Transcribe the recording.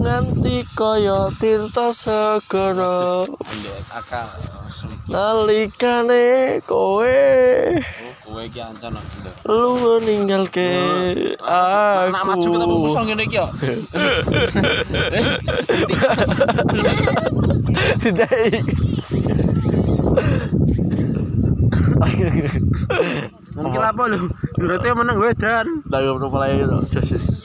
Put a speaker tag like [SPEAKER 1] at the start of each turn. [SPEAKER 1] Kanti kaya tirta segara
[SPEAKER 2] ambek akal langsung
[SPEAKER 1] nalikane kowe
[SPEAKER 2] oh, kowe iki ancen aku lho.
[SPEAKER 1] lu meninggalke aku.
[SPEAKER 2] Anak maju ketemu musuh ngene iki yo.
[SPEAKER 1] Tidak.
[SPEAKER 3] Mungkin apa lu? Durate menang gue dan
[SPEAKER 1] Dalam rumah lain itu. Jos.